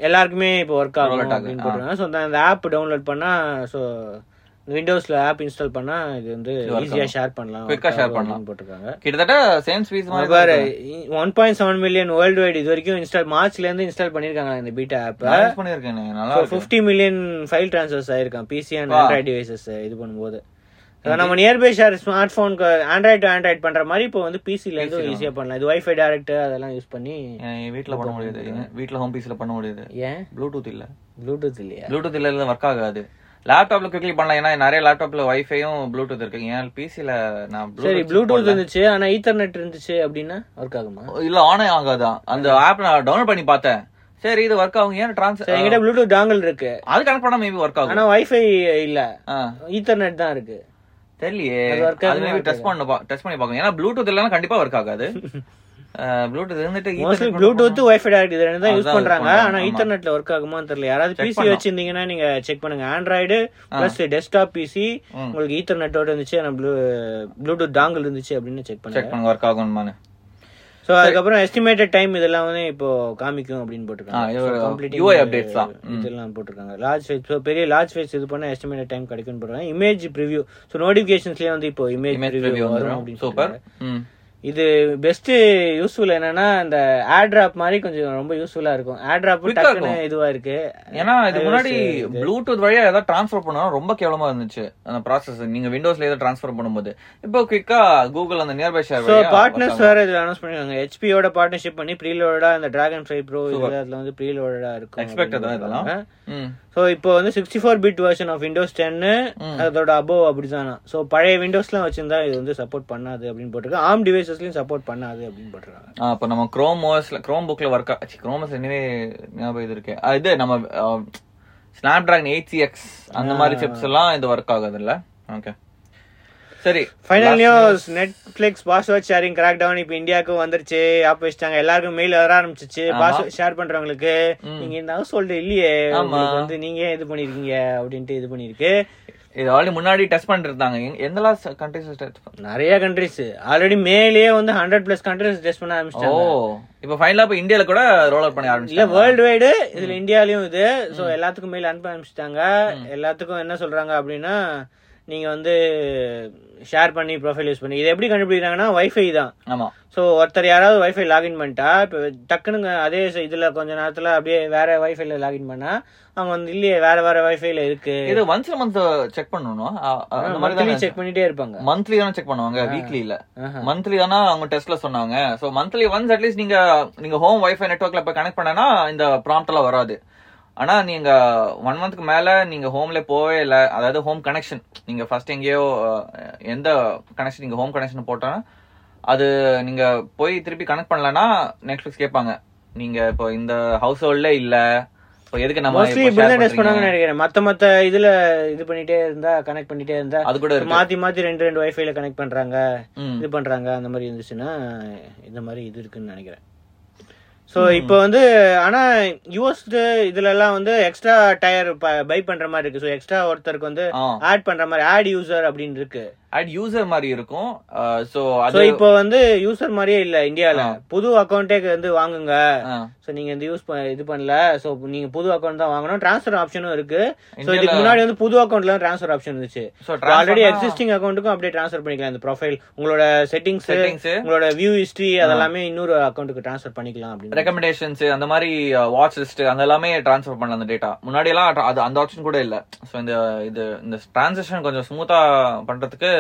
Speaker 1: எல்லாருக்குமே இப்போ ஒர்க் ஆகும் அப்படின்னு போட்டுருக்காங்க ஸோ அந்த ஆப் டவுன்லோட் பண்ணா ஸோ விண்டோஸ்ல ஆப் இன்ஸ்டால் பண்ணா இது வந்து ஈஸியா ஷேர் பண்ணலாம்
Speaker 2: Quick ஆ share பண்ணலாம்.
Speaker 1: போட்டிருக்காங்க
Speaker 2: கிட்டத்தட்ட சேம் ஸ்பீஸ் மாதிரி தான்
Speaker 1: பாரு one point seven million worldwide இது வரைக்கும் இன்ஸ்டால் மார்ச்ல இருந்து இன்ஸ்டால் பண்ணிருக்காங்க இந்த பீட்டா ஆப்
Speaker 2: இருக்கும். Manage பண்ணியிருக்கேனே, நல்லா இருக்கு.
Speaker 1: 50 மில்லியன் ஃபைல் ட்ரான்ஸ்ஃபர்ஸ் ஆயிருக்கான் PC and
Speaker 2: Wow.
Speaker 1: Android devices இது பண்ணும்போது So, நம்ம நியர்பை ஷேர் ஸ்மார்ட் போனுக்கு ஆண்ட்ராய்டு டு ஆண்ட்ராய்ட் பண்ற மாதிரி இப்போ வந்து பிசில இருந்து ஈஸியா பண்ணலாம் இது வைஃபை டைரக்ட் அதெல்லாம் யூஸ் பண்ணி
Speaker 2: என் வீட்ல பண்ண முடியாது என் வீட்ல ஹோம் பிசில பண்ண முடியாது
Speaker 1: ஏன்
Speaker 2: ப்ளூடூத் இல்ல
Speaker 1: ப்ளூடூத் இல்லையா
Speaker 2: ப்ளூடூத் இல்ல ஒர்க் ஆகாது லேப்டாப்ல குவிக்லி பண்ணலாம் ஏன்னா நிறைய லேப்டாப்ல வைஃபையும் ப்ளூடூத் இருக்கு என் பிசில நான்
Speaker 1: சரி
Speaker 2: Bluetooth
Speaker 1: ப்ளூடூத் இருந்துச்சு ஆனா ஈத்தர்நெட் இருந்துச்சு அப்படின்னா ஒர்க் ஆகுமா
Speaker 2: இல்ல ஆனே ஆகாதான் அந்த ஆப் நான் டவுன்லோட் பண்ணி பார்த்தேன் சரி இது ஒர்க் ஆகும் ஏன் ட்ரான்ஸ்
Speaker 1: சரி, என்கிட்ட ப்ளூடூத் டாங்கல் இருக்கு
Speaker 2: அது கனெக்ட் பண்ணா மேபி ஒர்க் ஆகும்
Speaker 1: ஆனா வைஃபை இல்ல
Speaker 2: ஆ,
Speaker 1: ஈத்தர்நெட் தான் இருக்கு
Speaker 2: தெரியலையே
Speaker 1: அது work
Speaker 2: அது மேபி டெஸ்ட் பண்ணு டெஸ்ட் பண்ணி பார்க்கணும் ஏன்னா ப்ளூடூத் இல்லைன்னா கண்டிப்பா ஒர்க் ஆகாது ப்ளூடூத் இருந்துட்டு
Speaker 1: mostly
Speaker 2: Ethernet
Speaker 1: Bluetooth wifi direct இது ரெண்டு தான் யூஸ்
Speaker 2: அதுதான் use
Speaker 1: பண்றாங்க
Speaker 2: பண்றாங்க,
Speaker 1: ஆனா
Speaker 2: ஆமா.
Speaker 1: ஈத்தர்நெட்ல ஒர்க் ஆகுமான்னு தெரியல யாராவது பிசி
Speaker 2: பண்ணலாம்.
Speaker 1: வச்சிருந்தீங்கன்னா நீங்க செக் பண்ணுங்க ஆண்ட்ராய்டு பிளஸ் டெஸ்க்டாப் பிசி
Speaker 2: ம்.
Speaker 1: உங்களுக்கு ஈத்தர்நெட்டோட இருந்துச்சு ஆனா ப்ளூ ப்ளூடூத் டாங்கல் இருந்துச்சு அப்படின்னு செக் பண்ணுங்க
Speaker 2: செக் பண்ணுங்க ஒர்க் ஆகும்மானு
Speaker 1: சோ அதுக்கப்புறம் எஸ்டிமேட்டட் டைம் இதெல்லாம் வந்து இப்போ காமிக்கும் அப்படின்னு
Speaker 2: ஆ, இது
Speaker 1: போட்டிருக்காங்க
Speaker 2: ஒரு
Speaker 1: So, completing
Speaker 2: UI updates தான். ம்.
Speaker 1: இதெல்லாம் போட்டிருக்காங்க லார்ஜ் ஃபேஸ் பெரிய லார்ஜ் ஃபேஸ் இது பண்ண எஸ்டிமேட்டட் டைம் கிடைக்கும்னு போடுறாங்க இமேஜ் ப்ரிவ்யூ ஸோ நோட்டிஃபிகேஷன்ஸ்லயே வந்து இப்போ இமேஜ்
Speaker 2: இமேஜ்
Speaker 1: ப்ரிவ்யூ
Speaker 2: ரிவ்யூ
Speaker 1: வரும்
Speaker 2: வந்துடும்
Speaker 1: அப்படின்னு
Speaker 2: சூப்பர்
Speaker 1: சொல்றாங்க. இது பெஸ்ட் யூஸ்ஃபுல் என்னன்னா இந்த ஆட் மாதிரி கொஞ்சம் ரொம்ப யூஸ்ஃபுல்லா இருக்கும் ஆட் ட்ராப்
Speaker 2: Quick-ஆ
Speaker 1: டக்குன்னு இதுவா இருக்கு
Speaker 2: ஏன்னா இது முன்னாடி ப்ளூடூத் வழியா ஏதாவது ட்ரான்ஸ்ஃபர் பண்ணணும் ரொம்ப கேவலமா இருந்துச்சு அந்த ப்ராசஸ் நீங்க விண்டோஸ்ல ஏதாவது ட்ரான்ஸ்ஃபர் பண்ணும்போது இப்போ குவிக்கா கூகுள் அந்த நியர்பை ஷேர்
Speaker 1: ஸோ பார்ட்னர்ஸ் வேற இதுல அனௌன்ஸ் பண்ணிருக்காங்க ஹெச்பியோட பார்ட்னர்ஷிப் பண்ணி ப்ரீலோடா இந்த டிராகன் ஃபை ப்ரோ இதுல வந்து ப்ரீலோடா இருக்கும்
Speaker 2: Expected தான் இதெல்லாம்.
Speaker 1: ஸோ இப்போ வந்து sixty four bit version of Windows டென்னு அதோட அபோவ் அப்படிதானா ஸோ பழைய விண்டோஸ்லாம் வச்சிருந்தா இது வந்து சப்போர்ட் பண்ணாது அப்படின்னு போட்டிருக்கு ஆம் டிவைசஸ்லயும் சப்போர்ட் பண்ணாது அப்படின்னு போட்டிருக்காங்க
Speaker 2: அப்ப நம்ம க்ரோம் ஓஸ்ல க்ரோம் புக்ல ஒர்க் ஆச்சு க்ரோம் ஓஸ் என்னவே ஞாபகம் இது இருக்கு அஹ் இது நம்ம ஸ்னாப் டிராகன் எயிட் எக்ஸ் அந்த மாதிரி சிப்ஸ் எல்லாம் இது ஒர்க் ஆகாது இல்ல ஓகே சரி
Speaker 1: final news Netflix password sharing crackdown இப்போ இந்தியாவுக்கு வந்துருச்சு ஆப் வச்சுட்டாங்க எல்லாருக்கும் மெயில் வர ஆரம்பிச்சிச்சு பாஸ்வேர்ட் ஷேர் பண்றவங்களுக்கு நீங்க இந்த ஹவுஸ் ஹோல்டு இல்லையே உங்களுக்கு வந்து நீங்க ஏன் இது பண்ணிருக்கீங்க அப்படின்ட்டு இது பண்ணிருக்கு
Speaker 2: இது ஆல்ரெடி முன்னாடி டெஸ்ட் பண்ணிட்டு இருந்தாங்க எங்க- எந்த லாஸ்ட் கண்ட்ரிஸ் டெஸ்ட்
Speaker 1: நிறைய கண்ட்ரிஸ் ஆல்ரெடி மேலேயே வந்து ஹண்ட்ரட் பிளஸ் கண்ட்ரிஸ் டெஸ்ட் பண்ண
Speaker 2: ஓ
Speaker 1: ஆரம்பிச்சிட்டாங்க
Speaker 2: இப்போ ஃபைனலா இப்போ இந்தியால கூட ரோல் அவுட் பண்ணி
Speaker 1: இல்ல
Speaker 2: ஆரம்பிச்சு
Speaker 1: வேர்ல்டு வைடு இதுல இந்தியாலயும் இது சோ எல்லாத்துக்கும் மெயில் அனுப்ப ஆரம்பிச்சிட்டாங்க எல்லாத்துக்கும் என்ன சொல்றாங்க அப்படின்னா நீங்க வந்து ஷேர் பண்ணி ப்ரொஃபைல் யூஸ் பண்ணி இதை எப்படி கண்டுபிடிக்கிறாங்கன்னா வைஃபை தான்
Speaker 2: ஆமா
Speaker 1: ஸோ ஒருத்தர் யாராவது வைஃபை லாகின் பண்ணிட்டா இப்போ டக்குனுங்க அதே ச- இதுல கொஞ்ச நேரத்துல அப்படியே வேற வைஃபைல லாகின் பண்ணா அவங்க வந்து இல்லையே வேற வேற வைஃபைல இருக்கு
Speaker 2: இது ஒன்ஸ் மந்த் செக் பண்ணணும் அ- அ- அந்த மாதிரி
Speaker 1: மந்த்லி
Speaker 2: தான்
Speaker 1: செக் பண்ணிட்டே இருப்பாங்க
Speaker 2: மந்த்லி தானே செக் பண்ணுவாங்க வீக்லி இல்ல
Speaker 1: ஆஹா.
Speaker 2: மந்த்லி தானா அவங்க டெஸ்ட்ல சொன்னாங்க சோ மந்த்லி ஒன்ஸ் அட்லீஸ்ட் நீங்க நீங்க ஹோம் வைஃபை நெட்வொர்க்ல இப்ப கனெக்ட் பண்ணனா இந்த prompt எல்லாம் வராது ஆனா நீங்க ஒன் மந்த்க்கு மேல நீங்க ஹோம்ல போவே இல்ல அதாவது ஹோம் கனெக்ஷன் நீங்க ஃபர்ஸ்ட் எங்கேயோ அஹ், எந்த கனெக்ஷன் நீங்க ஹோம் கனெக்ஷன் போட்டா அது நீங்க போய் திருப்பி கனெக்ட் பண்ணலன்னா நெட்ஃபிளிக்ஸ் கேட்பாங்க நீங்க இப்போ இந்த ஹவுஸ் ஹோல்ட்ல இல்ல இப்போ எதுக்கு நம்ம
Speaker 1: மோஸ்ட்லி
Speaker 2: இப்போ share
Speaker 1: இப்படிதான் டெஸ்ட்
Speaker 2: பண்றீங்க?
Speaker 1: பண்ணாங்கன்னு நினைக்கிறேன் மத்த மத்த இதுல இது பண்ணிட்டே இருந்தா கனெக்ட் பண்ணிட்டே இருந்தா
Speaker 2: அது கூட இருக்கு
Speaker 1: மாத்தி மாத்தி ரெண்டு ரெண்டு வைஃபைல கனெக்ட் பண்றாங்க
Speaker 2: ம்.
Speaker 1: இது பண்றாங்க அந்த மாதிரி இருந்துச்சுன்னா இந்த மாதிரி இது இருக்குன்னு நினைக்கிறேன் ஸோ இப்போ வந்து ஆனா யூஎஸ் இதுலலாம் வந்து எக்ஸ்ட்ரா டயர் பை பண்ற மாதிரி இருக்கு ஸோ எக்ஸ்ட்ரா ஒருத்தருக்கு வந்து
Speaker 2: ஆ
Speaker 1: ஆட் பண்ற மாதிரி ஆட் யூசர் அப்படின்னு இருக்கு
Speaker 2: ஆட் யூசர் மாதிரி இருக்கும் சோ
Speaker 1: சோ
Speaker 2: அது
Speaker 1: இப்போ வந்து யூசர் மாதிரியே இல்ல இந்தியால புது அக்கௌண்ட்டே வந்து வாங்குங்க
Speaker 2: ஆ.
Speaker 1: சோ நீங்க இந்த யூஸ் இது பண்ணல சோ நீங்க புது அக்கௌண்ட் தான் வாங்கணும் ட்ரான்ஸ்ஃபர் ஆப்ஷனும் இருக்கு சோ
Speaker 2: இந்தியால-
Speaker 1: இதுக்கு முன்னாடி வந்து புது அக்கௌண்ட்ல ட்ரான்ஸ்ஃபர் ஆப்ஷன் இருந்துச்சு
Speaker 2: So, transfer
Speaker 1: ஆல்ரெடி
Speaker 2: னா-
Speaker 1: எக்ஸிஸ்டிங் அக்கௌண்ட்டுக்கும் அப்படியே ட்ரான்ஸ்ஃபர் பண்ணிக்கலாம் இந்த ப்ரொஃபைல் உங்களோட செட்டிங்ஸ்
Speaker 2: Settings.
Speaker 1: உங்களோட வியூ ஹிஸ்டரி அதெல்லாமே இன்னொரு அக்கௌண்ட்டுக்கு ட்ரான்ஸ்ஃபர் பண்ணிக்கலாம் அப்படின்னு
Speaker 2: ரெக்கமெண்டேஷன்ஸ் அந்த மாதிரி வாட்ச் லிஸ்ட் அந்த எல்லாமே ட்ரான்ஸ்ஃபர் பண்ணலாம் அந்த டேட்டா முன்னாடி எல்லாம் அது- அது அந்த ஆப்ஷன் கூட இல்ல சோ இந்த இது இந்த டிரான்சாக்ஷன் கொஞ்சம் ஸ்மூத்தா பண்றதுக்கு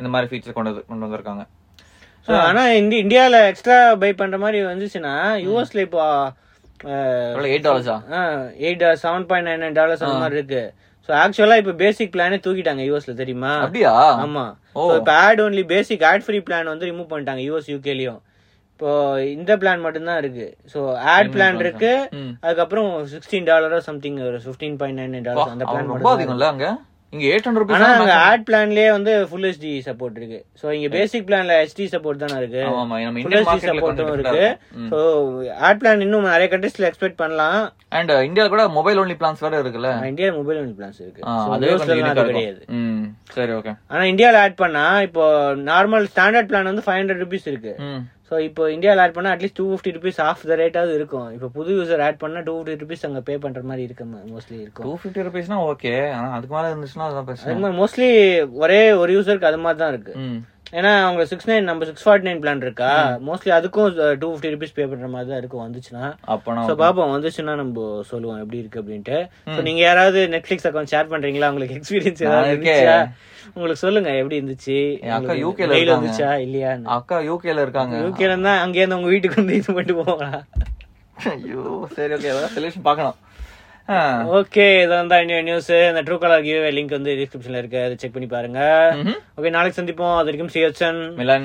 Speaker 2: இந்த மாதிரி ஃபீச்சர் கொண்டு வந்து- கொண்டு வந்திருக்காங்க
Speaker 1: So, ஆனா இந்த இந்தியால எக்ஸ்ட்ரா பை பண்ற மாதிரி வந்துச்சுன்னா யூஎஸ்ல இப்போ அஹ்,
Speaker 2: எவ்வளவு எயிட் டாலர்ஸா
Speaker 1: eight seven point nine nine dollars அந்த மாதிரி இருக்கு ஸோ ஆக்சுவலா இப்போ பேசிக் பிளானே தூக்கிட்டாங்க யூஎஸ்ல தெரியுமா
Speaker 2: அப்படியா
Speaker 1: ஆமா
Speaker 2: ஓ.
Speaker 1: So, இப்போ ad only basic ad free plan வந்து ரிமூவ் பண்ணிட்டாங்க யூஎஸ் யூகேலயும் இப்போ இந்த பிளான் மட்டும்தான் இருக்கு ஸோ ஆட் பிளான் இருக்கு
Speaker 2: ம்.
Speaker 1: அதுக்கப்புறம் சிக்ஸ்டீன் டாலரோ சம்திங் ஒரு fifteen point nine nine dollars அந்த
Speaker 2: அவன்
Speaker 1: பிளான்
Speaker 2: ரொம்ப அதிகம்ல அங்க இங்க எயிட் ஹண்ட்ரட்
Speaker 1: ஆனா
Speaker 2: ருபீஸ்
Speaker 1: அங்க ஆட் பிளான்லயே வந்து ஃபுல் ஹெச்டி சப்போர்ட் இருக்கு சோ இங்க பேசிக் பிளான்ல ஹெச்டி சப்போர்ட் தானே இருக்கு
Speaker 2: ஆமா நம்ம
Speaker 1: ஃபுல்
Speaker 2: இந்தியன்
Speaker 1: ஹெச்டி
Speaker 2: மார்க்கெட்ல
Speaker 1: சப்போர்ட்டும்
Speaker 2: கொஞ்சம்
Speaker 1: இருக்கு சோ ஆட் பிளான் இன்னும் நிறைய கண்ட்ரீஸ்ல எக்ஸ்பெக்ட் பண்ணலாம்
Speaker 2: அண்ட் இந்தியால uh, கூட மொபைல் ஒன்லி பிளான்ஸ் வேற இருக்குல்ல
Speaker 1: ஆனா, இந்தியா மொபைல் ஒன் பிளான்ஸ் இருக்கு
Speaker 2: ஆ,
Speaker 1: So, US
Speaker 2: அதுவே
Speaker 1: ல
Speaker 2: கொஞ்சம்
Speaker 1: எல்லாம்
Speaker 2: unique-ஆ
Speaker 1: அது
Speaker 2: இருக்கும்.
Speaker 1: கிடையாது
Speaker 2: ம் சரி ஓகே
Speaker 1: ஆனா இந்தியால ஆட் பண்ணா இப்போ நார்மல் ஸ்டாண்டர்ட் பிளான் வந்து ஃபைவ் ஹண்ட்ரட் ருபீஸ் இருக்கு
Speaker 2: ம்
Speaker 1: ஸோ இப்போ இந்தியாவில் ஆட் பண்ணால் at least two fifty rupees of the ரேட்டாவது இருக்கும் இப்போ புது யூசர் ஆட் பண்ணால் டூ ஃபிஃப்டி ருபீஸ் அங்கே பே பண்ணுற மாதிரி இருக்கு மோஸ்ட்லி இருக்கும்
Speaker 2: டூ ஃபிஃப்டி ருபீஸ்னா ஓகே ஆனா அதுக்கு மேல இருந்துச்சுன்னா அதுதான்
Speaker 1: அது
Speaker 2: பிரச்சனை
Speaker 1: மாதிரி மோஸ்ட்லி ஒரே ஒரு யூசருக்கு அது மாதிரி தான் இருக்கு
Speaker 2: ம்
Speaker 1: ஏன்னா அவங்க சிக்ஸ் நைன் நம்ம சிக்ஸ் ஃபார்ட்டி நைன் பிளான் இருக்கா மோஸ்ட்லி அதுக்கும் டூ ஃபிஃப்டி ருபீஸ் பே பண்ணுற மாதிரி தான் இருக்கும் வந்துச்சுன்னா
Speaker 2: அப்பனா
Speaker 1: ஸோ பாப்போம் வந்துச்சுன்னா நம்ம சொல்லுவோம் எப்படி இருக்கு அப்படின்ட்டு ஸோ நீங்க யாராவது நெட்ஃபிளிக்ஸ் அக்கௌண்ட் ஷேர் பண்றீங்களா உங்களுக்கு எக்ஸ்பீரியன்ஸ் ஏதாவது
Speaker 2: நான் இருக்கேன்.
Speaker 1: இருந்துச்சா உங்களுக்கு சொல்லுங்க எப்படி இருந்துச்சு
Speaker 2: என் அக்கா
Speaker 1: உங்களுக்கு
Speaker 2: UK ல
Speaker 1: வெயில்
Speaker 2: இருக்காங்க.
Speaker 1: வந்துச்சா இல்லையா
Speaker 2: அக்கா யூகேல இருக்காங்க
Speaker 1: யூகேல இருந்தா அங்கே இருந்து உங்க வீட்டுக்கு வந்து இது பண்ணிட்டு போவாங்களா
Speaker 2: ஐயோ சரி ஓகே சொல்யூஷன் பார்க்கலாம் ஆ.
Speaker 1: ஓகே இது வந்து இன்னொரு நியூஸ் இந்த ட்ரூ கலர் கிவ்வே லிங்க் வந்து டிஸ்கிரிப்ஷன்ல இருக்கு அதை செக் பண்ணி பாருங்க
Speaker 2: ம்ஹும்.
Speaker 1: ஓகே நாளைக்கு சந்திப்போம் அது வரைக்கும் சிஎச்என்
Speaker 2: மிலன்